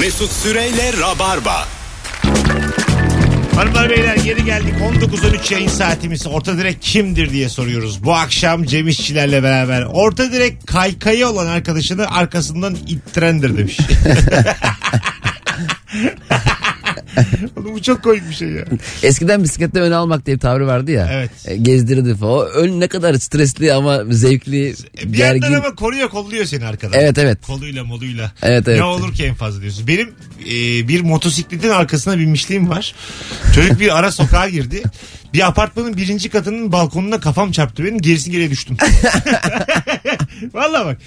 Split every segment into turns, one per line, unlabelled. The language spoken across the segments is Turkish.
Mesut Süreyle Rabarba.
Hanımlar beyler geri geldik 19.13 yayın saatimiz orta direk kimdir diye soruyoruz. Bu akşam Cem İşçilerle beraber orta direk kaykayı olan arkadaşını arkasından ittirendir demiş. Oğlum bu çok komik bir şey ya.
Eskiden bisikletle öne almak diye bir tabiri vardı ya.
Evet.
E, Gezdirirdi falan. O Ön ne kadar stresli ama zevkli,
E, Bir
gergin.
yandan ama koruyor kolluyor seni arkadan.
Evet evet.
Koluyla moluyla.
Evet, evet.
Ne olur ki en fazla diyorsun. Benim e, bir motosikletin arkasına binmişliğim var. Çocuk bir ara sokağa girdi. Bir apartmanın birinci katının balkonuna kafam çarptı benim. Gerisi geriye düştüm. Valla bak.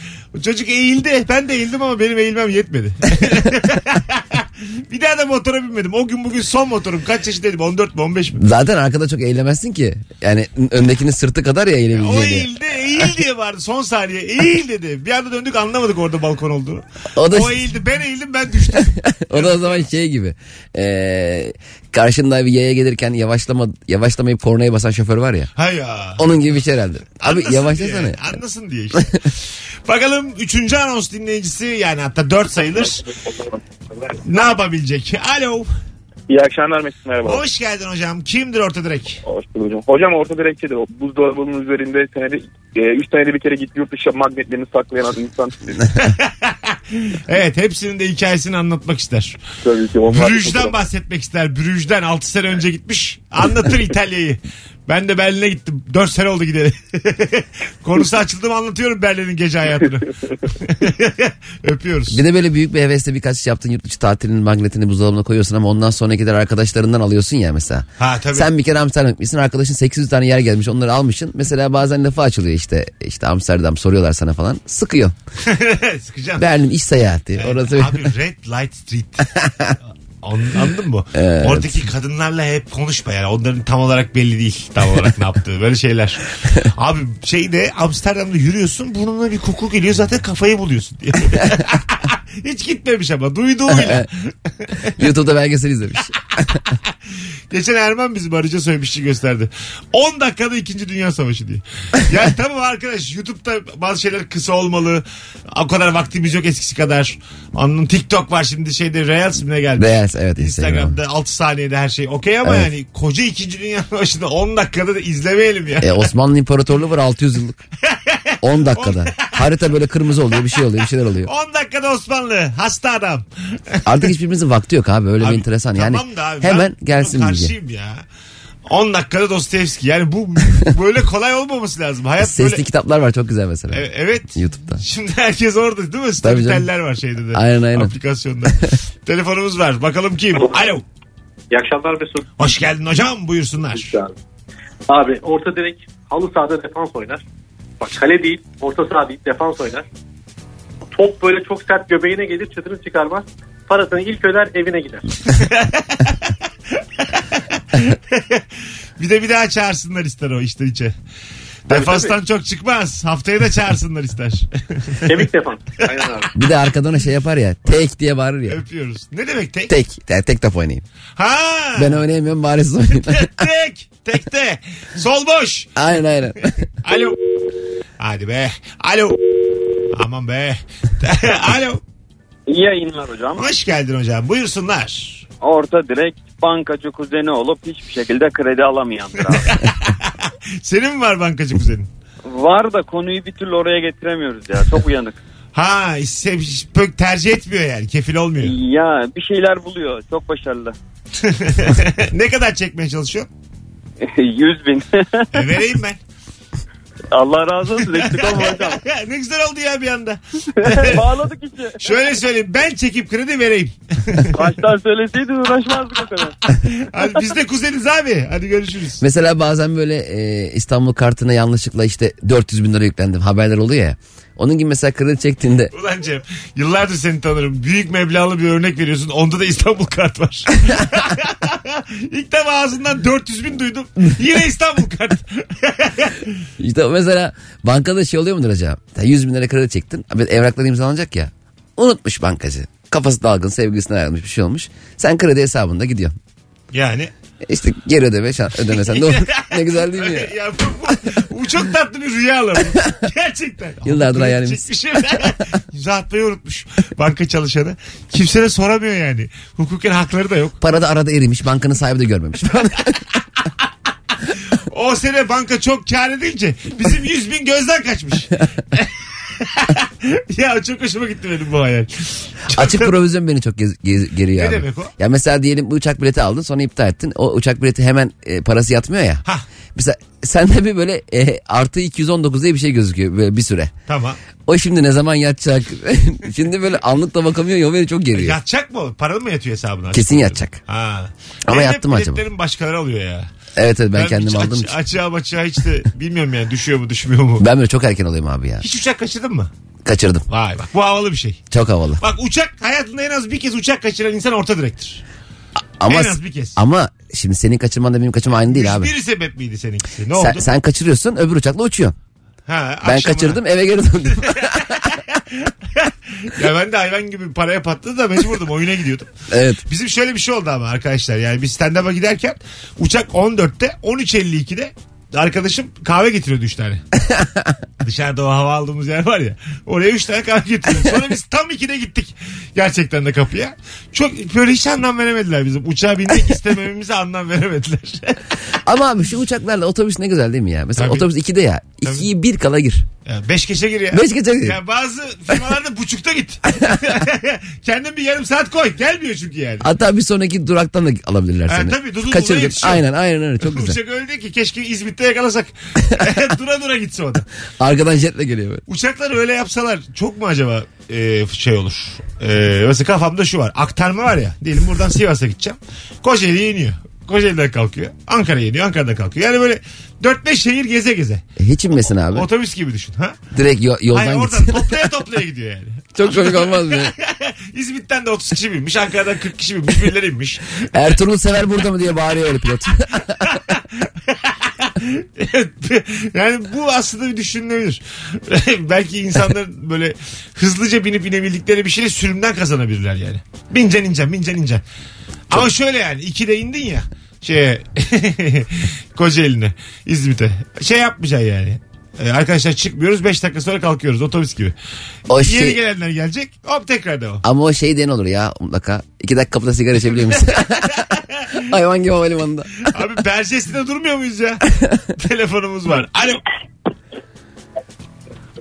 Çocuk eğildi. Ben de eğildim ama benim eğilmem yetmedi. bir daha da motora binmedim. O gün bugün son motorum. Kaç yaşındaydım? 14 mü 15 mi?
Zaten arkada çok eğilemezsin ki. Yani öndekinin sırtı kadar ya
O
eğilebileceğini.
eğildi, eğil diye vardı son saniye. Eğil dedi. Bir anda döndük anlamadık orada balkon olduğunu. O,
O da-
eğildi, ben eğildim, ben düştüm.
O da o zaman şey gibi. E, karşında bir yaya gelirken yavaşlama yavaşlamayıp kornaya basan şoför var ya.
Hay ya.
Onun gibi bir şey herhalde. Abi
Anlasın
yavaşlasana.
diye. Anlasın diye işte. Bakalım 3. anons dinleyicisi yani hatta 4 sayılır. ne yapabilecek? Alo.
İyi akşamlar Mesut merhaba. Hoş,
Hoş geldin hocam. Kimdir orta direk?
bulduk hocam. Hocam orta direkçedir. O buzdolabının üzerinde senede 3 senede bir kere git yurt dışı magnetlerini saklayan insan.
Evet hepsinin de hikayesini anlatmak ister.
Tabii ki. onlar-
Brüj'den bahsetmek ister. Brüj'den 6 sene önce gitmiş. Anlatır İtalya'yı. Ben de Berlin'e gittim. 4 sene oldu gideli. Konusu açıldı mı anlatıyorum Berlin'in gece hayatını. Öpüyoruz.
Bir de böyle büyük bir hevesle birkaç yaptığın yurt dışı tatilinin magnetini buzdolabına koyuyorsun ama ondan sonrakiler arkadaşlarından alıyorsun ya mesela.
Ha tabii.
Sen bir kere Amsterdam gitmişsin arkadaşın 800 tane yer gelmiş onları almışsın. Mesela bazen lafı açılıyor işte işte Amsterdam soruyorlar sana falan sıkıyor.
Sıkacaksın.
Berlin iş seyahati orası
Abi Red Light Street. An- Anladın mı? Oradaki kadınlarla hep konuşma yani. Onların tam olarak belli değil. Tam olarak ne yaptığı. Böyle şeyler. Abi şeyde Amsterdam'da yürüyorsun burnuna bir koku geliyor zaten kafayı buluyorsun diye. Hiç gitmemiş ama duyduğuyla.
YouTube'da belgesel izlemiş.
Geçen Erman bizim arıca söylemişti gösterdi. 10 dakikada 2. Dünya Savaşı diye. Ya tamam arkadaş YouTube'da bazı şeyler kısa olmalı. O kadar vaktimiz yok eskisi kadar. Onun TikTok var şimdi şeyde Reels mi ne geldi?
Reels, evet,
Instagram'da 6 saniyede her şey okey ama
Evet.
yani koca 2. Dünya Savaşı'nı 10 dakikada da izlemeyelim ya.
E, Osmanlı İmparatorluğu var 600 yıllık. 10 dakikada. Harita böyle kırmızı oluyor bir şey oluyor bir şeyler oluyor.
10 dakikada Osmanlı hasta adam.
Artık hiçbirimizin vakti yok abi öyle
Abi,
bir enteresan.
tamam
Yani
da abi,
hemen
ben
gelsin
buna
bilgi.
Karşıyım ya. 10 dakikada Dostoyevski. Yani bu böyle kolay olmaması lazım. Hayat
Sesli
böyle
kitaplar var çok güzel mesela.
E- Evet.
YouTube'da.
Şimdi herkes orada değil mi?
Tabii canım.
Storyteller var şeyde de.
Aynen, aynen.
Aplikasyonda. Telefonumuz var. Bakalım kim? Alo.
İyi akşamlar Mesut.
Hoş geldin hocam. Buyursunlar.
Abi. abi orta direk halı sahada defans oynar. Bak kale değil orta saha değil defans oynar. Top böyle çok sert göbeğine gelir çıtırını çıkarmaz. Parasını ilk öder evine gider.
Bir de bir daha çağırsınlar ister o işten içe. Defanstan çok çıkmaz. Haftaya da çağırsınlar ister.
Kemik defans. Aynen abi.
Bir de arkadan o şey yapar ya. Tek diye bağırır ya.
Öpüyoruz. Ne demek tek?
Tek. Yani tek top oynayayım.
Ha!
Ben oynayamıyorum bari siz oynayın.
tek. Tekte. Sol boş.
aynen aynen.
Alo. Hadi be. Alo. Aman be. Alo.
İyi yayınlar hocam.
Hoş geldin hocam. Buyursunlar.
Orta direkt bankacı kuzeni olup hiçbir şekilde kredi alamayandır abi.
Senin mi var bankacı kuzenin?
Var da konuyu bir türlü oraya getiremiyoruz ya. Çok uyanık.
Ha işte hiç pek tercih etmiyor yani kefil olmuyor.
ya bir şeyler buluyor. Çok başarılı.
ne kadar çekmeye çalışıyor?
100 bin.
E, vereyim ben.
Allah razı olsun. Eksik olma hocam.
ne güzel oldu ya bir anda.
Bağladık işi.
Şöyle söyleyeyim ben çekip kredi vereyim.
Baştan söyleseydin uğraşmazdık o kadar.
Hadi biz de kuzeniz abi. Hadi görüşürüz.
Mesela bazen böyle e, İstanbul kartına yanlışlıkla işte 400 bin lira yüklendim. Haberler oluyor ya. Onun gibi mesela kredi çektiğinde
Ulan Cem yıllardır seni tanırım. Büyük meblağlı bir örnek veriyorsun. Onda da İstanbul kart var. İlk defa ağzından 400 bin duydum. Yine İstanbul kart.
işte mesela bankada şey oluyor mudur acaba? Ya 100 bin lira kredi çektin. Abi Evraklar imzalanacak ya. Unutmuş bankacı. Kafası dalgın sevgilisine ayrılmış bir şey olmuş. Sen kredi hesabında gidiyorsun.
yani
İşte geri ödeme şan- ödemesen de olur. ne güzel değil mi ya?
ya bu, bu, bu çok tatlı bir rüya lan. Gerçekten.
Yıllardır hayalimiz.
Çekmişim. İmza atmayı unutmuş banka çalışanı. Kimse de soramıyor yani. Hukuken hakları da yok.
Para da arada erimiş bankanın sahibi de görmemiş.
O sene banka çok kar edince bizim 100 bin gözden kaçmış. ya çok hoşuma gitti benim bu hayal. Çok
Açık
da-
provizyon beni çok gez- gez- geriyor
Ne
abi.
demek o?
Ya mesela diyelim bu uçak bileti aldın sonra iptal ettin. O uçak bileti hemen e, parası yatmıyor ya.
Hah.
Mesela sende bir böyle e, artı 219 diye bir şey gözüküyor böyle bir süre.
Tamam.
O şimdi ne zaman yatacak? şimdi böyle anlık da bakamıyor ya o beni çok geriyor.
Yatacak mı? Para mı yatıyor hesabına?
Kesin yatacak.
Ha.
Ama
Benim
yattı mı acaba?
biletlerim başkaları alıyor ya.
evet evet ben,
Ben hiç
kendim aldığım
aç-
için.
Açığa maçığa hiç de bilmiyorum yani düşüyor mu düşmüyor mu?
Ben böyle çok erken olayım abi ya.
Hiç uçak kaçırdın mı?
Kaçırdım.
Vay bak bu havalı bir şey.
Çok havalı.
Bak uçak hayatında en az bir kez uçak kaçıran insan orta direktir.
Ama
En az bir kez.
ama şimdi senin kaçırman da benim kaçırmam aynı değil abi.
Biri sebep miydi seninkisi? Ne
Sen,
oldu?
sen kaçırıyorsun öbür uçakla uçuyorsun.
ha,
Ben
akşamına.
kaçırdım eve geri döndüm.
Ya ben de hayvan gibi paraya patladı da mecburdum oyuna gidiyordum.
evet.
Bizim şöyle bir şey oldu ama arkadaşlar yani biz stand-up'a giderken uçak 14'te 13.52'de arkadaşım kahve getiriyordu 3 tane. Dışarıda o hava aldığımız yer var ya oraya 3 tane kahve getiriyordu. Sonra biz tam 2'de gittik gerçekten de kapıya. Çok böyle hiç anlam veremediler bizim uçağa binmek istemememize anlam veremediler.
Ama abi şu uçaklarla otobüs ne güzel değil mi ya? Mesela
Tabii.
otobüs 2'de ya. 2'yi 1 kala gir.
Ya beş geçe gir ya.
Beş geçe gir.
Ya bazı firmalarda buçukta git. Kendin bir yarım saat koy. Gelmiyor çünkü yani.
Hatta bir sonraki duraktan da alabilirler
Ha,
seni.
tabii, dudu dudu
Kaçır git.
yetişiyor.
Aynen aynen öyle çok güzel.
Uçak öldü ki keşke İzmit'te yakalasak. dura dura gitse o da.
Arkadan jetle geliyor böyle.
Uçaklar öyle yapsalar çok mu acaba e, şey olur? E, mesela kafamda şu var. Aktarma var ya. Diyelim buradan Sivas'a gideceğim. Kocaeli'ye iniyor. Kocaeli'den kalkıyor. Ankara'ya iniyor. Ankara'dan kalkıyor. Yani böyle 4-5 şehir geze geze.
E, Hiç inmesin abi.
Otobüs gibi düşün. Ha?
Direkt yo-
Hayır,
yoldan
oradan
gitsin.
toplaya toplaya gidiyor yani.
çok komik olmaz mı? ya?
İzmit'ten de 30 kişi binmiş. Ankara'dan 40 kişi binmiş. Birileri binmiş.
Ertuğrul Sever burada mı diye bağırıyor öyle pilot.
yani bu aslında bir düşünülebilir. Belki insanların böyle hızlıca binip inebildikleri bir şeyle sürümden kazanabilirler yani. Bincen incen bincen incen. Ama şöyle yani ikide indin ya şeye Kocaeli'ne İzmit'e şey yapmayacaksın yani. Ee, arkadaşlar çıkmıyoruz 5 dakika sonra kalkıyoruz otobüs gibi.
O
Yeni
şey-
gelenler gelecek hop tekrar devam.
Ama o şey den olur ya mutlaka. İki dakika kapıda sigara içebiliyor musun? Hayvan gibi havalimanında.
Abi Bercesi'de durmuyor muyuz ya? Telefonumuz var. Alo.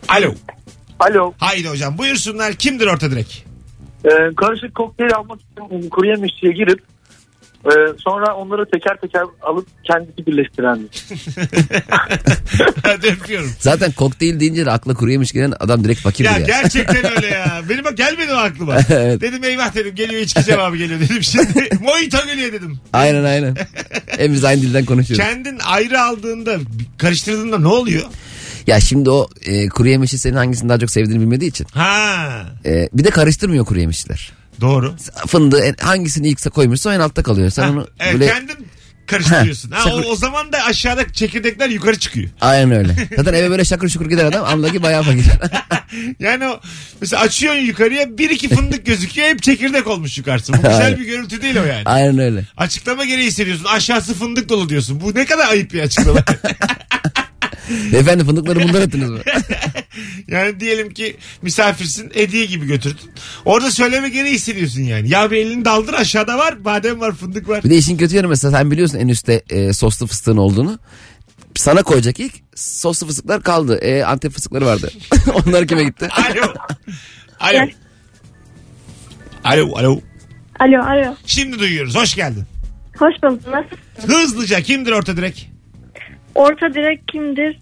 Alo.
Alo.
Haydi hocam buyursunlar. Kimdir orta direk?
Ee, karışık kokteyl almak için um, kuru yemişçiye girip e, sonra onları teker teker alıp kendisi birleştiren.
Hadi öpüyorum.
Zaten kokteyl deyince de akla kuruyemiş gelen adam direkt fakirdir
Ya
ya.
gerçekten öyle ya. Benim bak gelmedi o aklıma.
Evet.
Dedim eyvah dedim geliyor içki cevabı geliyor dedim. Şimdi mojito geliyor dedim.
Aynen aynen. Hem biz aynı dilden konuşuyoruz.
Kendin ayrı aldığında karıştırdığında ne oluyor?
Ya şimdi o e, kuru yemişi senin hangisini daha çok sevdiğini bilmediği için.
Ha
E, bir de karıştırmıyor kuru yemişler.
doğru.
Fındığı en- hangisini ilk koymuşsa o en altta kalıyor. Sen onu
Evet,
böyle...
kendin karıştırıyorsun.
Ha,
Ha, o,
sen-
o zaman da aşağıda çekirdekler yukarı çıkıyor.
Aynen öyle. Zaten eve böyle şakır şukur gider adam. Amdaki bayağı fakir.
Yani o mesela açıyorsun yukarıya bir iki fındık gözüküyor hep çekirdek olmuş yukarısı. Bu güzel
Aynen.
bir görüntü değil o yani.
Aynen öyle.
Açıklama gereği hissediyorsun. Aşağısı fındık dolu diyorsun. Bu ne kadar ayıp bir açıklama.
Efendim fındıkları bundan ettiniz mi?
yani diyelim ki misafirsin hediye gibi götürdün. Orada söyleme gereği hissediyorsun yani. Ya bir elini daldır aşağıda var. Badem var fındık var.
Bir de işin kötü yanı mesela sen biliyorsun en üstte e, soslu fıstığın olduğunu. Sana koyacak ilk soslu fıstıklar kaldı. E, Antep fıstıkları vardı. Onlar kime gitti?
Alo. Alo. Alo alo.
Alo alo.
Şimdi duyuyoruz. Hoş geldin.
Hoş bulduk. Nasıl?
Hızlıca kimdir orta direk?
Orta direk kimdir?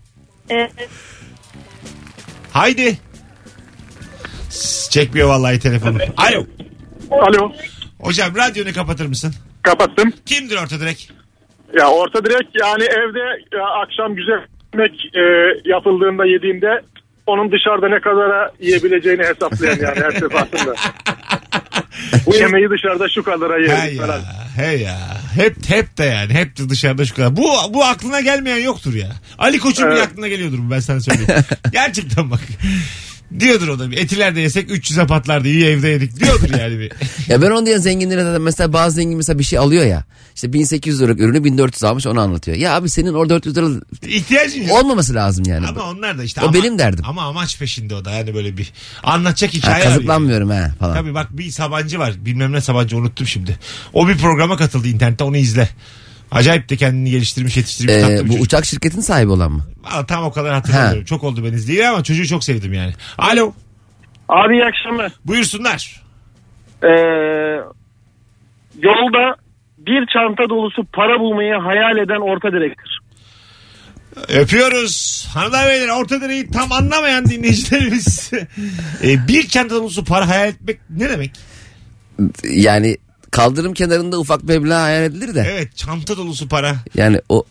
Ee,
Haydi. S- Çekmiyor vallahi telefonu. Alo.
Alo.
Hocam radyonu kapatır mısın?
Kapattım.
Kimdir orta direk?
Ya orta direkt yani evde ya akşam güzel yemek e, yapıldığında yediğimde onun dışarıda ne kadara yiyebileceğini hesaplayan yani her defasında. Bu yemeği dışarıda şu kadara
Hey
yerim falan.
ya, hey ya. Hep hep de yani hep de dışarıda şu kadar. Bu bu aklına gelmeyen yoktur ya. Ali Koç'un bile
Evet.
aklına geliyordur bu, ben sana söyleyeyim. Gerçekten bak. Diyordur o da bir. Etiler de yesek 300'e patlardı. İyi evde yedik diyordur yani bir.
Ya ben onu diyen zenginlere zaten mesela bazı zengin mesela bir şey alıyor ya. İşte 1800 liralık ürünü 1400 almış onu anlatıyor. Ya abi senin orada 400 lira
İhtiyacın yok.
olmaması lazım yani.
Ama onlar da işte.
O
ama-
benim derdim.
Ama amaç peşinde o da yani böyle bir anlatacak
Ha,
hikaye arıyor.
kazıklanmıyorum he falan.
şey Tabii bak bir Sabancı var. Bilmem ne Sabancı unuttum şimdi. O bir programa katıldı internette onu izle. Acayip de kendini geliştirmiş yetiştirmiş
Ee,
tatlı bir
bu
çocuk.
uçak şirketinin sahibi olan mı?
Valla tam o kadar hatırlamıyorum.
Ha.
Çok oldu ben izleyeli ama çocuğu çok sevdim yani. Alo
Abi iyi akşamlar. Ee,
buyursunlar.
yolda bir çanta dolusu para bulmayı hayal eden orta direktir.
Öpüyoruz. Hanımlar beyler orta direği tam anlamayan dinleyicilerimiz. Ee, bir çanta dolusu para hayal etmek ne demek?
Yani kaldırım kenarında ufak meblağ hayal edilir de.
Evet çanta dolusu para.
Yani o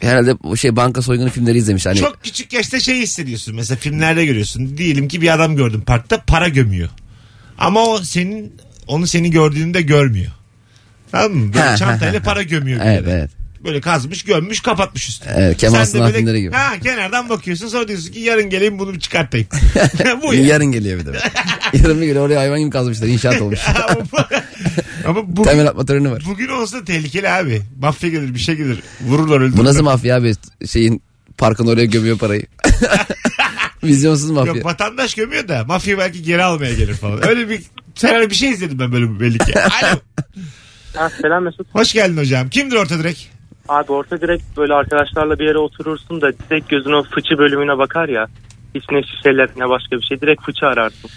herhalde o şey banka soygunu filmleri izlemiş. Hani
Çok küçük yaşta şey hissediyorsun. Mesela filmlerde görüyorsun. Diyelim ki bir adam gördün parkta para gömüyor. Ama o senin onu seni gördüğünde görmüyor. Tamam mı? Böyle
Ha, ha,
çantayla
ha,
para gömüyor. bir
Evet,
yere.
evet.
Böyle kazmış gömmüş kapatmış üstüne.
Evet, Kemal
Sen de
Sunal
böyle-
filmleri gibi.
Ha, kenardan bakıyorsun sonra diyorsun ki yarın geleyim bunu bir çıkartayım. Bu ya.
yarın geliyor bir de. yarın bir gün oraya hayvan gibi kazmışlar inşaat olmuş.
Ama bu- Ama bu,
Temel atma töreni var.
bugün olsa tehlikeli abi. Mafya gelir bir şey gelir. Vururlar öldürürler.
Bu nasıl mafya abi şeyin parkın oraya gömüyor parayı. Vizyonsuz mafya.
Yok vatandaş gömüyor da mafya belki geri almaya gelir falan. Öyle bir sen bir şey izledim ben böyle bir belli ki. Alo.
Ha, selam Mesut.
Hoş geldin hocam. Kimdir orta direk?
Abi orta direkt böyle arkadaşlarla bir yere oturursun da direkt gözün o fıçı bölümüne bakar ya. Hiç ne şişeler ne başka bir şey. Direkt fıçı ararsın.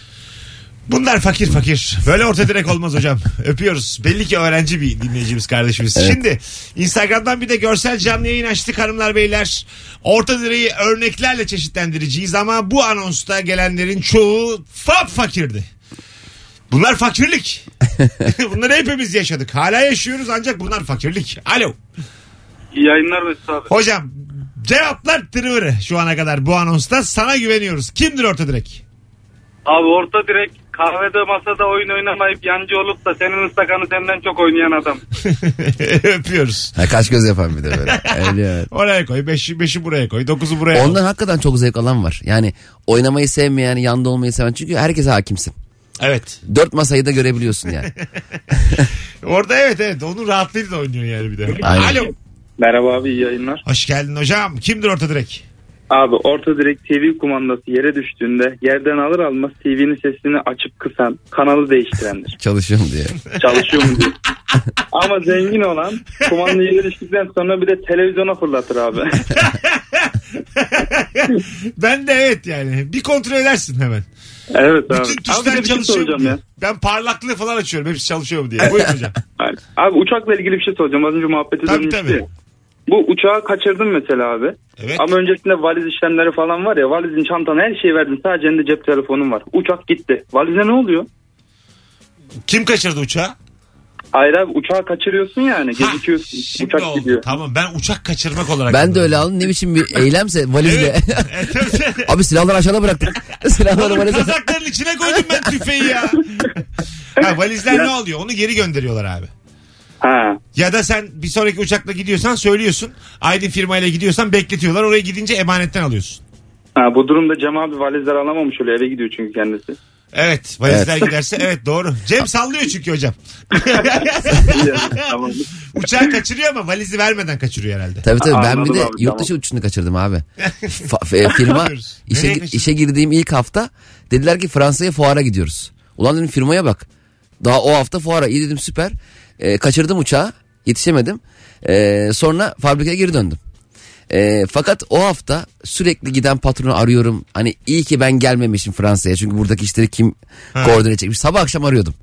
Bunlar fakir fakir. Böyle orta direk olmaz hocam. Öpüyoruz. Belli ki öğrenci bir dinleyicimiz kardeşimiz. Şimdi Instagram'dan bir de görsel canlı yayın açtık hanımlar beyler. Orta direği örneklerle çeşitlendireceğiz ama bu anonsta gelenlerin çoğu fab fakirdi. Bunlar fakirlik. Bunları hepimiz yaşadık. Hala yaşıyoruz ancak bunlar fakirlik. Alo.
İyi yayınlar Mesut abi.
Hocam cevaplar tırıvırı şu ana kadar bu anonsta. Sana güveniyoruz. Kimdir orta direk?
Abi orta direkt kahvede masada oyun oynamayıp yancı olup da senin ıstakanı senden çok oynayan adam.
Öpüyoruz.
Ha, kaş göz yapan bir de böyle. Öyle evet.
Oraya koy. Beşi, beşi buraya koy. Dokuzu buraya koy.
Ondan hakikaten çok zevk alan var. Yani oynamayı sevmeyen, yanda olmayı seven. Çünkü herkese hakimsin.
Evet.
Dört masayı da görebiliyorsun yani.
Orada evet evet. Onun rahatlığıyla da oynuyor yani bir de.
Aynen.
Alo.
Merhaba abi iyi yayınlar.
Hoş geldin hocam. Kimdir orta direk?
Abi orta direkt TV kumandası yere düştüğünde yerden alır almaz TV'nin sesini açıp kısan kanalı değiştirendir.
Çalışıyorum diye.
Çalışıyor mu diye. Ama zengin olan kumanda yere düştükten sonra bir de televizyona fırlatır abi.
Ben de evet yani. Bir kontrol edersin hemen.
evet abi.
Bütün
Abi bir
tuşlar
de bir şey
çalışıyor mu
soracağım
diye.
ya.
Ben parlaklığı falan açıyorum. Hepsi çalışıyor mu diye. Buyurun hocam.
Aynen. Abi uçakla ilgili bir şey soracağım. Az önce muhabbeti
Tabii,
dönmüştü.
tabii.
Bu uçağı kaçırdın mesela abi.
Evet.
Ama öncesinde valiz işlemleri falan var ya. Valizin çantana her şeyi verdin. Sadece elinde cep telefonun var. Uçak gitti. Valize ne oluyor?
Kim kaçırdı uçağı?
Hayır abi uçağı kaçırıyorsun yani.
Ha,
Gecikiyorsun.
şimdi
uçak
oldu.
gidiyor.
Tamam ben uçak kaçırmak olarak.
Ben de
anladım.
öyle aldım. Ne biçim bir eylemse valizle.
Evet. Evet, evet.
Abi silahları aşağıda bıraktık. silahları
Oğlum
valize.
kazakların içine koydum ben tüfeği ya. ha, valizler ne oluyor? Onu geri gönderiyorlar abi.
Ha.
Ya da sen bir sonraki uçakla gidiyorsan söylüyorsun. Aydın firmayla gidiyorsan bekletiyorlar. Oraya gidince emanetten alıyorsun.
ha. Bu durumda Cem abi valizler alamamış oluyor. Eve gidiyor çünkü kendisi.
Evet valizler giderse evet doğru. Cem sallıyor çünkü hocam.
tamam.
Uçağı kaçırıyor ama valizi vermeden kaçırıyor herhalde.
Tabii tabii ben
Anladım
bir de
abi,
yurt dışı uçuşunu kaçırdım abi. Fa- e, firma
yapıyoruz? Nereye
işe,
kaçırdın?
işe girdiğim ilk hafta dediler ki Fransa'ya fuara gidiyoruz. Ulan dedim firmaya bak. Daha o hafta fuara iyi dedim süper. E, kaçırdım uçağı yetişemedim. E, sonra fabrikaya geri döndüm. E, fakat o hafta sürekli giden patronu arıyorum. Hani iyi ki ben gelmemişim Fransa'ya. Çünkü buradaki işleri kim koordine edecekmiş. Sabah akşam arıyordum.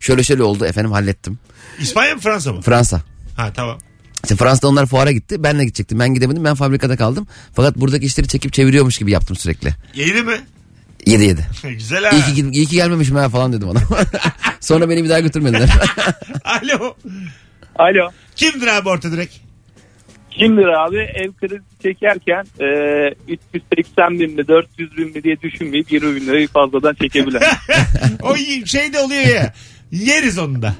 Şöyle şöyle oldu efendim hallettim.
İspanya mı Fransa mı?
Fransa.
Ha tamam.
İşte Fransa'da onlar fuara gitti. Ben de gidecektim. Ben gidemedim. Ben fabrikada kaldım. Fakat buradaki işleri çekip çeviriyormuş gibi yaptım sürekli.
Yedi mi?
Yedi yedi.
Güzel ha.
İyi ki, gid- iyi ki gelmemişim ha falan dedim ona. Sonra beni bir daha götürmediler.
Alo.
Alo.
Kimdir abi orta direkt?
Kimdir abi ev kredisi çekerken e, 380 bin mi 400 bin mi diye düşünmeyip 20 bin lirayı fazladan çekebilen.
O iyi- şey de oluyor ya. Yeriz onu da.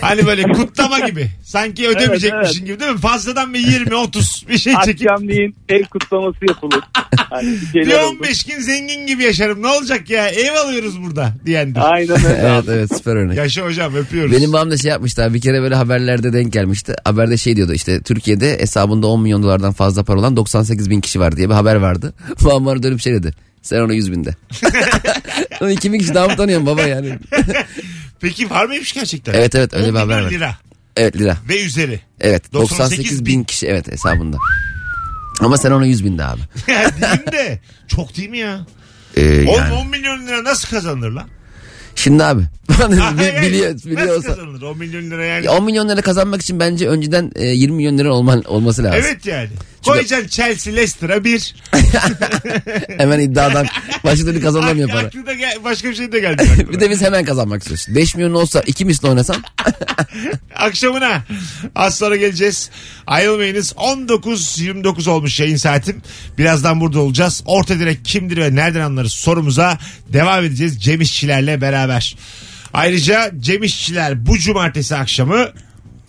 Hani böyle kutlama gibi. Sanki ödemeyecekmişin gibi değil mi? Fazladan bir 20-30 bir şey çekip.
Akşamleyin el kutlaması yapılır. Hani bir
Bir
şeyler olur.
15 gün zengin gibi yaşarım. Ne olacak ya? Ev alıyoruz burada diyendir.
Aynen öyle.
evet evet süper örnek.
Yaşa hocam öpüyoruz.
Benim babam da şey yapmıştı abi bir kere böyle haberlerde denk gelmişti. Haberde şey diyordu işte Türkiye'de hesabında 10 milyon dolardan fazla para olan 98 bin kişi var diye bir haber vardı. Babam bana dönüp şey dedi. Sen onu 100 binde. Onu 2000 kişi daha mı tanıyorsun baba yani?
Peki var mıymış gerçekten?
Evet, evet, öyle
10
bir haber
milyon
var.
lira
Evet lira.
ve üzeri.
Evet
98
98 bin kişi evet hesabında. Ama sen onu 100 binde abi.
Ya Diyeyim de çok değil mi ya?
Ee,
10,
yani.
10 milyon lira nasıl kazanılır lan?
Şimdi abi.
Hayır,
Bili-
hayır.
biliyor, biliyor
Nasıl
olsa-
kazanılır 10 milyon lira yani?
Ya 10 milyon lira kazanmak için bence önceden e, 20 milyon lira olman, olması lazım.
Evet yani. Koyacaksın Chelsea Leicester'a bir.
Hemen iddiadan başka türlü kazanılamıyor
Ak-
para.
Aklına gel- başka bir şey de geldi. aklına.
Bir de biz hemen kazanmak istiyoruz. 5 milyon olsa 2 misli oynasan
Akşamına. Az sonra geleceğiz. Ayrılmayınız. 19.29 olmuş yayın saatim. Birazdan burada olacağız. Orta direk kimdir ve nereden anlarız sorumuza devam edeceğiz. Cem İşçilerle beraber. Ayrıca Cem İşçiler bu cumartesi akşamı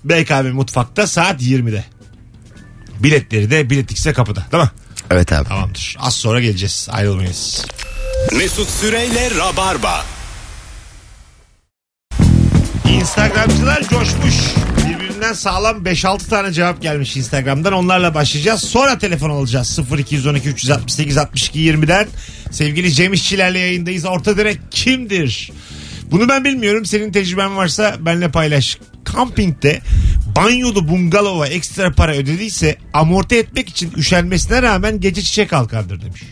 BKM Mutfak'ta saat 20'de. Biletleri de Bilet X'e kapıda. Tamam.
Evet abi.
Tamamdır. Az sonra geleceğiz. Ayrılmayınız.
Mesut Süreyle Rabarba.
Instagramcılar coşmuş. Birbirinden sağlam 5-6 tane cevap gelmiş Instagram'dan. Onlarla başlayacağız. Sonra telefon alacağız. 0212 368 62 20'den. Sevgili Cem İşçilerle yayındayız. Orta direk kimdir? Bunu ben bilmiyorum. Senin tecrüben varsa benimle paylaş. Kampingde banyolu bungalova ekstra para ödediyse amorti etmek için üşenmesine rağmen gece çiçek kalkandır demiş.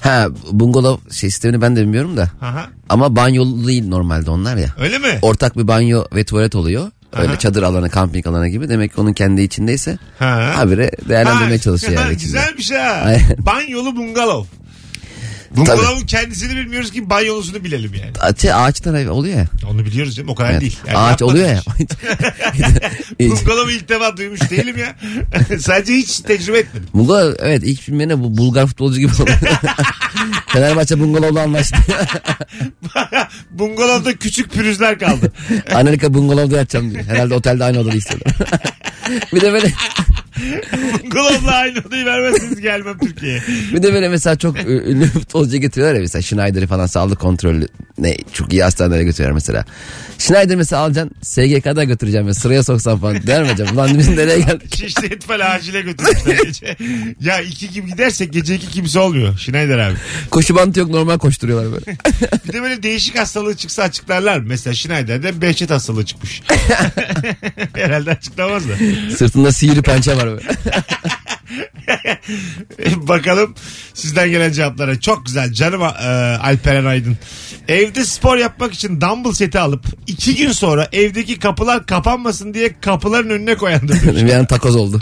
Ha bungalov şey sistemini ben de bilmiyorum da.
Aha.
Ama banyolu değil normalde onlar ya.
Öyle mi?
Ortak bir banyo ve tuvalet oluyor. Öyle
Aha.
çadır alanı, kamping alanı gibi. Demek ki onun kendi içindeyse
Ha.
habire değerlendirmeye
Ha,
çalışıyor
ha,
yani içinde.
Güzelmiş şey ha.
Aynen.
Banyolu bungalov. Bungalov'un kendisini bilmiyoruz ki banyolusunu bilelim yani.
Ağaç, ağaçtan ev oluyor ya.
Onu biliyoruz canım o kadar
Evet.
değil. Yani
Ağaç
yapmadık
oluyor ya.
hiç. Bungalov'u ilk defa duymuş değilim ya. Sadece hiç tecrübe etmedim.
Bungalov evet ilk filmlerine bu Bulgar futbolcu gibi oldu. Fenerbahçe bungalovla anlaştı.
Bungalov'da küçük pürüzler kaldı.
Amerika bungalovda yatacağım diyor. Herhalde otelde aynı odada istiyorlar. bir de böyle
Bungalov'la aynı odayı vermezseniz gelmem Türkiye'ye.
bir de böyle mesela çok ü- ünlü futbolcu getiriyorlar ya mesela Schneider'i falan sağlık kontrolü ne çok iyi hastanelere götürüyorlar mesela. Schneider mesela alacaksın SGK'da götüreceğim ve sıraya soksan falan der mi acaba? Ulan biz nereye geldik?
Şişli etfal acile götürmüşler gece. Ya iki gibi gidersek gece iki kimse olmuyor. Schneider abi.
Koşu bantı yok normal koşturuyorlar böyle.
Bir de böyle değişik hastalığı çıksa açıklarlar. mı? Mesela Schneider'de Behçet hastalığı çıkmış. Herhalde açıklamaz da.
Sırtında sihirli pençe var böyle.
Bakalım sizden gelen cevaplara. Çok güzel. Canım e, Alperen Aydın. Evde spor yapmak için dumbbell seti alıp iki gün sonra evdeki kapılar kapanmasın diye kapıların önüne koyandı.
bir an takoz oldu.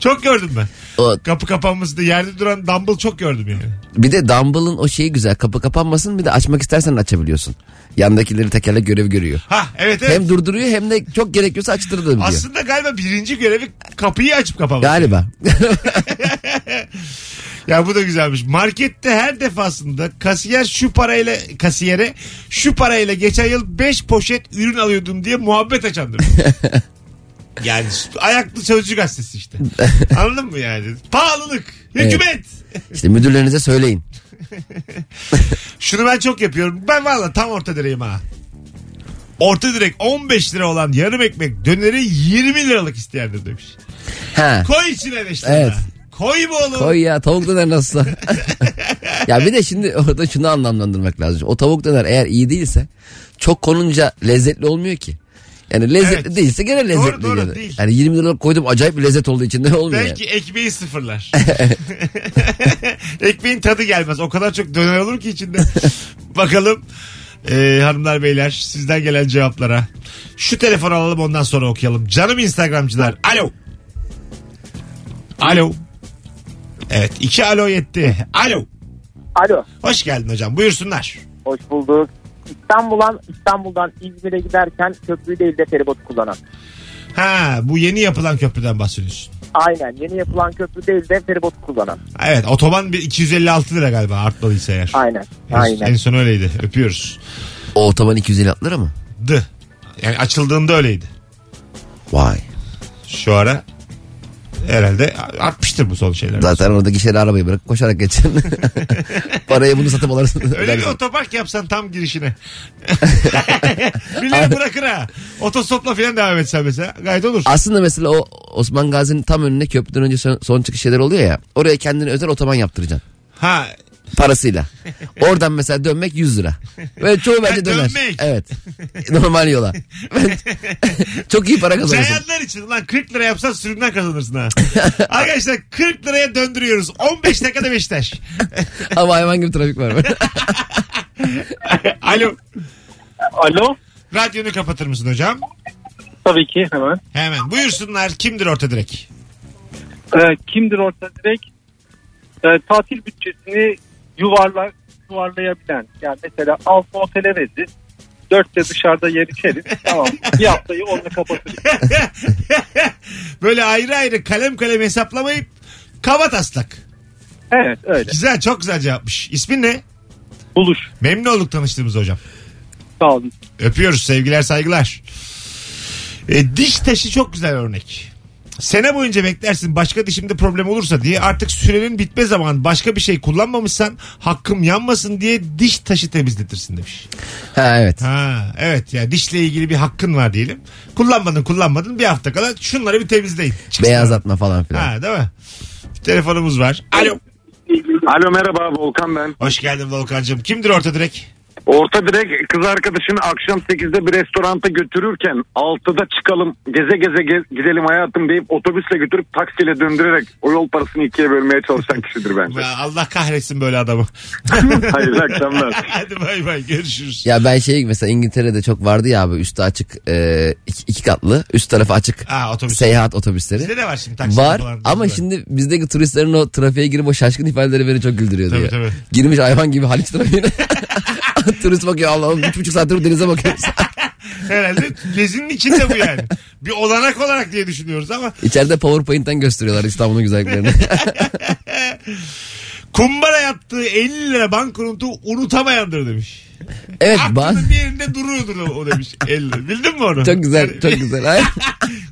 çok gördüm ben.
O,
Kapı kapanmasında yerde duran dumbbell çok gördüm yani.
bir de dumbbell'ın o şeyi güzel. Kapı kapanmasın bir de açmak istersen açabiliyorsun. Yandakileri tekerlek görev görüyor.
Ha evet evet.
Hem durduruyor hem de çok gerekiyorsa açtırılabiliyor.
Aslında galiba birinci görevi kapıyı açıp kapamak.
Galiba.
Ya bu da güzelmiş. Markette her defasında kasiyer şu parayla kasiyere şu parayla geçen yıl 5 poşet ürün alıyordum diye muhabbet açandır. yani ayaklı sözcü gazetesi işte. Anladın mı yani? Pahalılık. Hükümet.
İşte müdürlerinize söyleyin.
Şunu ben çok yapıyorum. Ben valla tam orta direğim ha. Orta direk 15 lira olan yarım ekmek döneri 20 liralık isteyendir demiş.
Ha.
Koy içine 5 lira.
Evet.
Koy bu oğlum.
Koy ya tavuk döner nasılsa. ya bir de şimdi orada şunu anlamlandırmak lazım. O tavuk döner eğer iyi değilse çok konunca lezzetli olmuyor ki. Yani lezzetli
Evet.
değilse gene lezzetli.
doğru,
yani.
değil.
yani 20 lira koydum acayip bir lezzet olduğu için de olmuyor.
Belki ekmeği sıfırlar. Ekmeğin tadı gelmez. O kadar çok döner olur ki içinde. Bakalım ee, hanımlar beyler sizden gelen cevaplara. Şu telefonu alalım ondan sonra okuyalım. Canım Instagramcılar. Alo. Alo. Evet iki alo yetti. Alo.
Alo,
Hoş geldin hocam buyursunlar.
hoş bulduk. İstanbul'dan İstanbul'dan İzmir'e giderken köprü değil de feribot kullanan.
Ha bu yeni yapılan köprüden bahsediyorsun.
Aynen yeni yapılan köprü değil de feribot kullanan.
Evet otoban bir 256 lira galiba artmalıysa eğer.
Aynen.
En, en
Aynen.
son öyleydi öpüyoruz.
yani. O otoban 250 lira mı?
Dı. Yani açıldığında öyleydi.
Vay.
Şu ara herhalde artmıştır bu son şeyler.
Zaten orada gişeli arabayı bırakıp koşarak geçin. Parayı bunu satıp alırsın.
Öyle bir otopark yapsan tam girişine. Birileri bırakır ha. Otostopla falan devam etsen mesela gayet olur.
Aslında mesela o Osman Gazi'nin tam önüne köprüden önce son, son çıkış şeyler oluyor ya. Oraya kendini özel otoban yaptıracaksın.
Ha
Parasıyla. Oradan mesela dönmek 100 lira. Ve çoğu bence döner.
dönmek.
Evet. Normal yola. Ben- Çok iyi para kazanırsın.
Cayanlar için lan 40 lira yapsan sürümden kazanırsın ha. Arkadaşlar 40 liraya döndürüyoruz. 15 dakikada Beşiktaş.
Ama hayvan gibi trafik var.
Alo.
Alo.
Radyonu kapatır mısın hocam?
Tabii ki hemen.
Hemen. Buyursunlar. Kimdir orta direk?
Ee, kimdir orta direkt? Ee, tatil bütçesini yuvarla, yuvarlayabilen. Yani mesela altı otele veririz. Dörtte dışarıda yer içeriz. tamam. Bir haftayı onunla kapatırız.
Böyle ayrı ayrı kalem kalem hesaplamayıp kaba taslak.
Evet öyle.
Güzel çok güzel cevapmış. İsmin ne?
Buluş.
Memnun olduk tanıştığımız hocam.
Sağ olun.
Öpüyoruz sevgiler saygılar. E, diş taşı çok güzel örnek. Sene boyunca beklersin başka dişimde problem olursa diye artık sürenin bitme zamanı başka bir şey kullanmamışsan hakkım yanmasın diye diş taşı temizletirsin demiş.
ha evet.
Ha evet ya dişle ilgili bir hakkın var diyelim. Kullanmadın kullanmadın bir hafta kala şunları bir temizleyin. Çıksın.
Beyazlatma falan filan.
Ha değil mi? Bir telefonumuz var. Alo.
Alo merhaba Volkan ben.
Hoş geldin Volkan'cığım. Kimdir orta direk?
Orta direkt kız arkadaşını akşam 8'de bir restoranta götürürken 6'da çıkalım geze geze ge- gidelim hayatım deyip otobüsle götürüp taksiyle döndürerek o yol parasını ikiye bölmeye çalışan kişidir bence.
Ya Allah kahretsin böyle adamı.
Hayırlı akşamlar.
Hadi bay bay görüşürüz.
Ya ben şey mesela İngiltere'de çok vardı ya abi üstü açık e, iki, iki katlı üst tarafı açık
Ha otobüs.
seyahat otobüsleri.
Bizde de var şimdi taksi
var
falan.
ama şimdi bizdeki turistlerin o trafiğe girip o şaşkın ifadeleri beni çok güldürüyordu
Tabii,
ya.
tabii.
Girmiş hayvan gibi Haliç trafiğine. Turist bakıyor Allah'ım üç buçuk saattir bu denize bakıyoruz.
Herhalde gezinin içinde bu yani. Bir olanak olarak diye düşünüyoruz ama
İçeride PowerPoint'ten gösteriyorlar İstanbul'un güzelliklerini.
kumbara yattığı 50 lira bank unutu unutamayandır demiş.
evet bazı...
Aklının bir yerinde duruyordur o, o demiş 50 lira. Bildin mi onu?
Çok güzel, çok güzel. Hayır.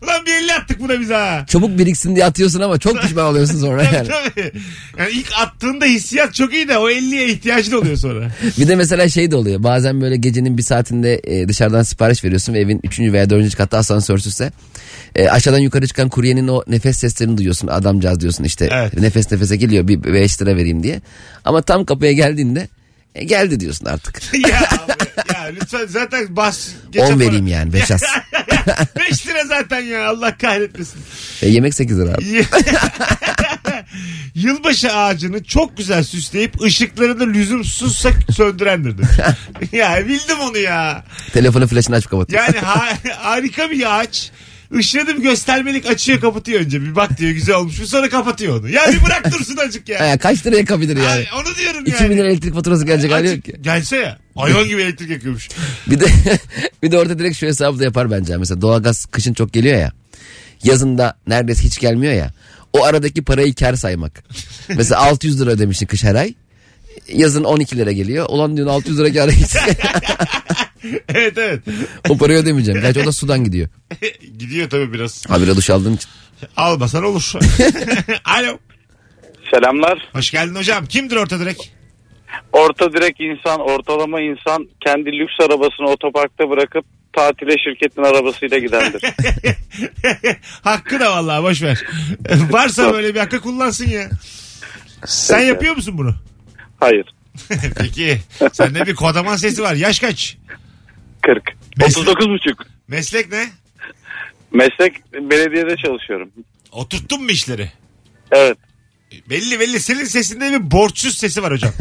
Ulan bir 50 attık buna biz ha.
Çabuk biriksin diye atıyorsun ama çok pişman oluyorsun sonra
Tabii,
yani.
tabii. Yani ilk attığında hissiyat çok iyi de o 50'ye ihtiyacın oluyor sonra.
Bir de mesela şey de oluyor. Bazen böyle gecenin bir saatinde e, dışarıdan sipariş veriyorsun ve evin 3. veya 4. katta asansörsüzse e, aşağıdan yukarı çıkan kuryenin o nefes seslerini duyuyorsun. Adamcağız diyorsun işte
Evet.
nefes nefese geliyor bir 5 lira vereyim diye. Ama tam kapıya geldiğinde e, geldi diyorsun artık.
ya, abi, ya lütfen zaten bas.
10 vereyim yani 5 az.
5 lira zaten ya Allah kahretmesin.
E, yemek 8 lira abi.
Yılbaşı ağacını çok güzel süsleyip ışıklarını lüzumsuzsa söndürendir demiş. ya bildim onu ya.
Telefonun flaşını açıp kapatıyor.
Yani ha- harika bir ağaç. Işığını bir göstermelik açıyor kapatıyor önce. Bir bak diyor güzel olmuş. Bir sonra kapatıyor onu. Ya bir bırak dursun azıcık ya.
Ha, kaç liraya yakabilir yani?
Ay, onu diyorum
2000 lira
yani.
elektrik faturası gelecek hali şey yok ki.
Azıcık Gelse ya. Hayvan gibi elektrik yakıyormuş.
Bir de bir de orada direkt şu hesabı da yapar bence. Mesela doğalgaz kışın çok geliyor ya. Yazında neredeyse hiç gelmiyor ya. O aradaki parayı kar saymak. Mesela 600 lira ödemişsin kış her ay. Yazın 12 lira geliyor. Ulan diyorsun 600 lira kar etsin.
evet evet.
o parayı ödemeyeceğim. Gerçi o da sudan gidiyor.
Gidiyor tabii biraz.
Habire duş aldığın için.
Almasan olur. Alo.
Selamlar.
Hoş geldin hocam. Kimdir orta direk?
Orta direkt insan, ortalama insan kendi lüks arabasını otoparkta bırakıp tatile şirketin arabasıyla gidendir.
hakkı da vallahi boş ver. Varsa böyle bir hakkı kullansın ya. Sen yapıyor musun bunu?
Hayır.
Peki. Sende bir kodaman sesi var. Yaş kaç?
40.
Meslek-
39 buçuk.
Meslek ne?
Meslek belediyede çalışıyorum.
Oturttun mu işleri?
Evet.
Belli belli. Senin sesinde bir borçsuz sesi var hocam.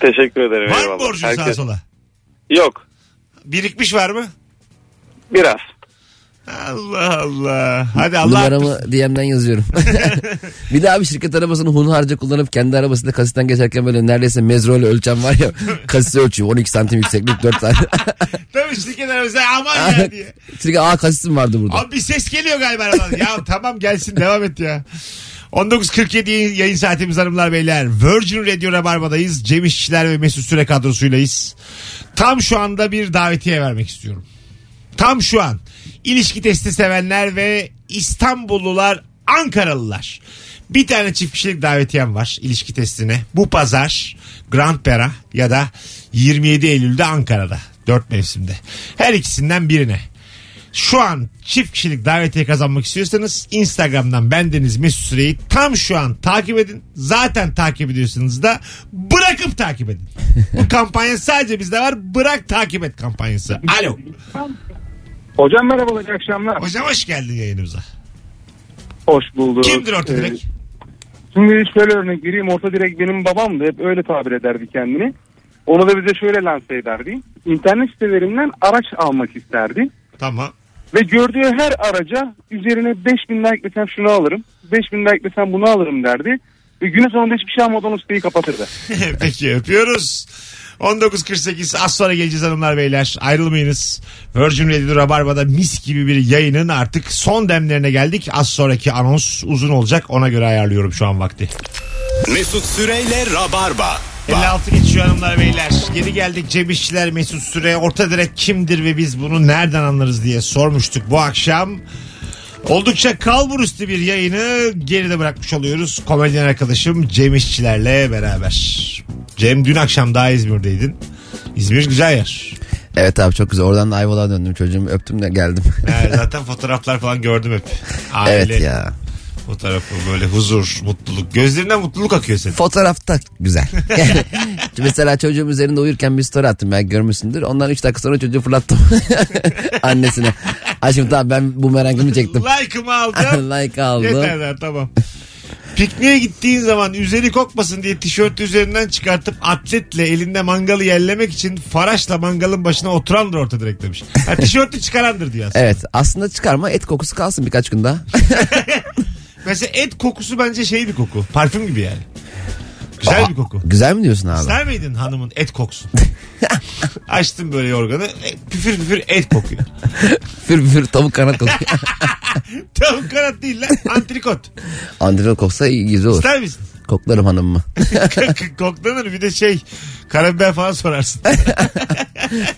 Teşekkür ederim.
var mı
eyvallah.
borcun sağa
Herkes-
sola?
Yok.
Birikmiş var mı?
Biraz.
Allah Allah. Hadi Allah
Numaramı
arttırsın.
DM'den yazıyorum. bir de abi şirket arabasını hunharca kullanıp kendi arabasıyla kasisten geçerken böyle neredeyse mezrol ölçem var ya. Kasisi ölçüyor. 12 santim yükseklik 4 tane.
Tabii şirket arabası aman ya diye.
Çünkü aa kasisim vardı burada.
Abi bir ses geliyor galiba arabadan. ya tamam gelsin devam et ya. 19.47 yayın saatimiz hanımlar beyler. Virgin Radio Rabarba'dayız. Cem İşçiler ve Mesut Süre kadrosuylayız. Tam şu anda bir davetiye vermek istiyorum. Tam şu an. İlişki testi sevenler ve İstanbullular, Ankaralılar. Bir tane çift kişilik davetiyem var ilişki testine. Bu pazar Grand Pera ya da 27 Eylül'de Ankara'da. Dört mevsimde. Her ikisinden birine. Şu an çift kişilik davetiye kazanmak istiyorsanız Instagram'dan bendeniz Mesut Süreyi tam şu an takip edin. Zaten takip ediyorsanız da bırakıp takip edin. Bu kampanya sadece bizde var. Bırak takip et kampanyası. Alo.
Hocam merhabalar, iyi akşamlar.
Hocam hoş geldin yayınımıza.
Hoş bulduk.
Kimdir orta
Ee,
direkt?
Şimdi şöyle örnek vereyim. Orta direkt benim babamdı. Hep öyle tabir ederdi kendini. Onu da bize şöyle lanse ederdi. İnternet sitelerinden araç almak isterdi.
Tamam.
Ve gördüğü her araca üzerine 5000 like desem şunu alırım. 5000 like desem bunu alırım derdi. Ve günün sonunda hiçbir şey almadan o siteyi kapatırdı.
Peki öpüyoruz. 19.48 az sonra geleceğiz hanımlar beyler. Ayrılmayınız. Virgin Radio Rabarba'da mis gibi bir yayının artık son demlerine geldik. Az sonraki anons uzun olacak. Ona göre ayarlıyorum şu an vakti.
Mesut Süreyle Rabarba.
56 geçiyor hanımlar beyler. Geri geldik Cem İşçiler Mesut Süre. Orta direk kimdir ve biz bunu nereden anlarız diye sormuştuk bu akşam. Oldukça kalbur üstü bir yayını geride bırakmış oluyoruz. Komedyen arkadaşım Cem İşçilerle beraber. Cem dün akşam daha İzmir'deydin. İzmir güzel yer.
Evet abi çok güzel. Oradan da Ayvalık'a döndüm çocuğumu öptüm de geldim.
Ha, zaten fotoğraflar falan gördüm hep. Aile
Evet ya.
Fotoğrafı böyle huzur, mutluluk. Gözlerinden mutluluk akıyor senin.
Fotoğrafta güzel. Yani mesela çocuğum üzerinde uyurken bir story attım belki görmüşsündür. Ondan 3 dakika sonra çocuğu fırlattım annesine. Aşkım tamam ben bu merakımı çektim.
Like'ımı aldım.
like aldım.
Yeterler tamam. Pikniğe gittiğin zaman üzeri kokmasın diye tişörtü üzerinden çıkartıp atletle elinde mangalı yerlemek için faraşla mangalın başına oturandır orta direkt demiş. Ha, tişörtü çıkarandır diyor aslında.
Evet aslında çıkarma et kokusu kalsın birkaç gün daha.
Mesela et kokusu bence şey bir koku. Parfüm gibi yani. Güzel bir koku.
Güzel mi diyorsun abi?
İster miydin hanımın et koksun? Açtım böyle yorganı. e, Püfür püfür et kokuyor.
Fır fır tavuk kanat kokuyor.
Tavuk kanat değil lan. Antrikot.
Andrilo koksa iyi güzel olur.
İster misin?
Koklarım hanımımı.
Koklanır bir de şey karabiber falan sorarsın.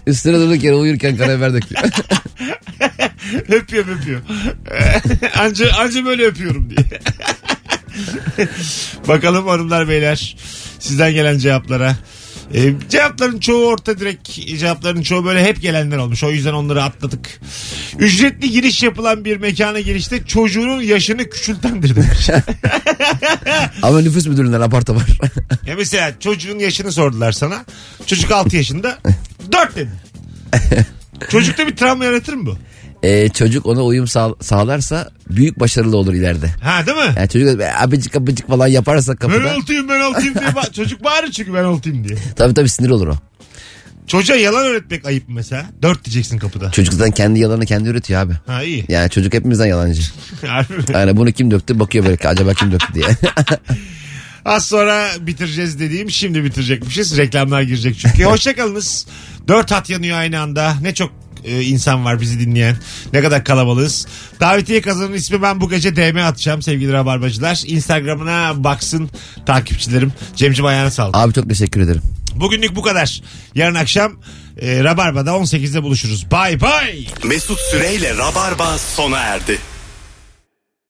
Üstüne durduk yere uyurken karabiber döküyor.
öpüyorum öpüyorum. anca, anca böyle öpüyorum diye. Bakalım hanımlar beyler sizden gelen cevaplara. Ee, cevapların çoğu orta direkt cevapların çoğu böyle hep gelenler olmuş. O yüzden onları atladık. Ücretli giriş yapılan bir mekana girişte çocuğunun yaşını küçültendir demiş.
Ama nüfus müdüründen raporta var.
ya mesela çocuğun yaşını sordular sana. Çocuk 6 yaşında. 4 dedin. Çocukta bir travma yaratır mı bu?
Ee, çocuk ona uyum sağ- sağlarsa büyük başarılı olur ileride.
Ha değil mi?
Yani çocuk "E, abicik abicik falan yaparsa
Ben
kapıda.
oltayım ben oltayım diye ba- çocuk bağırır çünkü ben oltayım diye.
Tabii tabii sinir olur o.
Çocuğa yalan öğretmek ayıp mı mesela? Dört diyeceksin kapıda.
Çocuk zaten kendi yalanını kendi üretiyor abi.
Ha iyi.
Yani çocuk hepimizden yalancı.
Harbi mi?
Yani bunu kim döktü bakıyor böyle acaba kim döktü diye.
Az sonra bitireceğiz dediğim şimdi bitirecekmişiz. Reklamlar girecek çünkü. Hoşçakalınız. Dört hat yanıyor aynı anda. Ne çok e, insan var bizi dinleyen. Ne kadar kalabalığız. Davetiye kazanan ismi ben bu gece DM atacağım sevgili rabarbacılar. Instagram'ına baksın takipçilerim. Cemciğim ayağına sağlık.
abi çok teşekkür ederim.
Bugünlük bu kadar. Yarın akşam e, Rabarba'da 18'de buluşuruz. Bay bay.
Mesut Süreyle Rabarba sona erdi.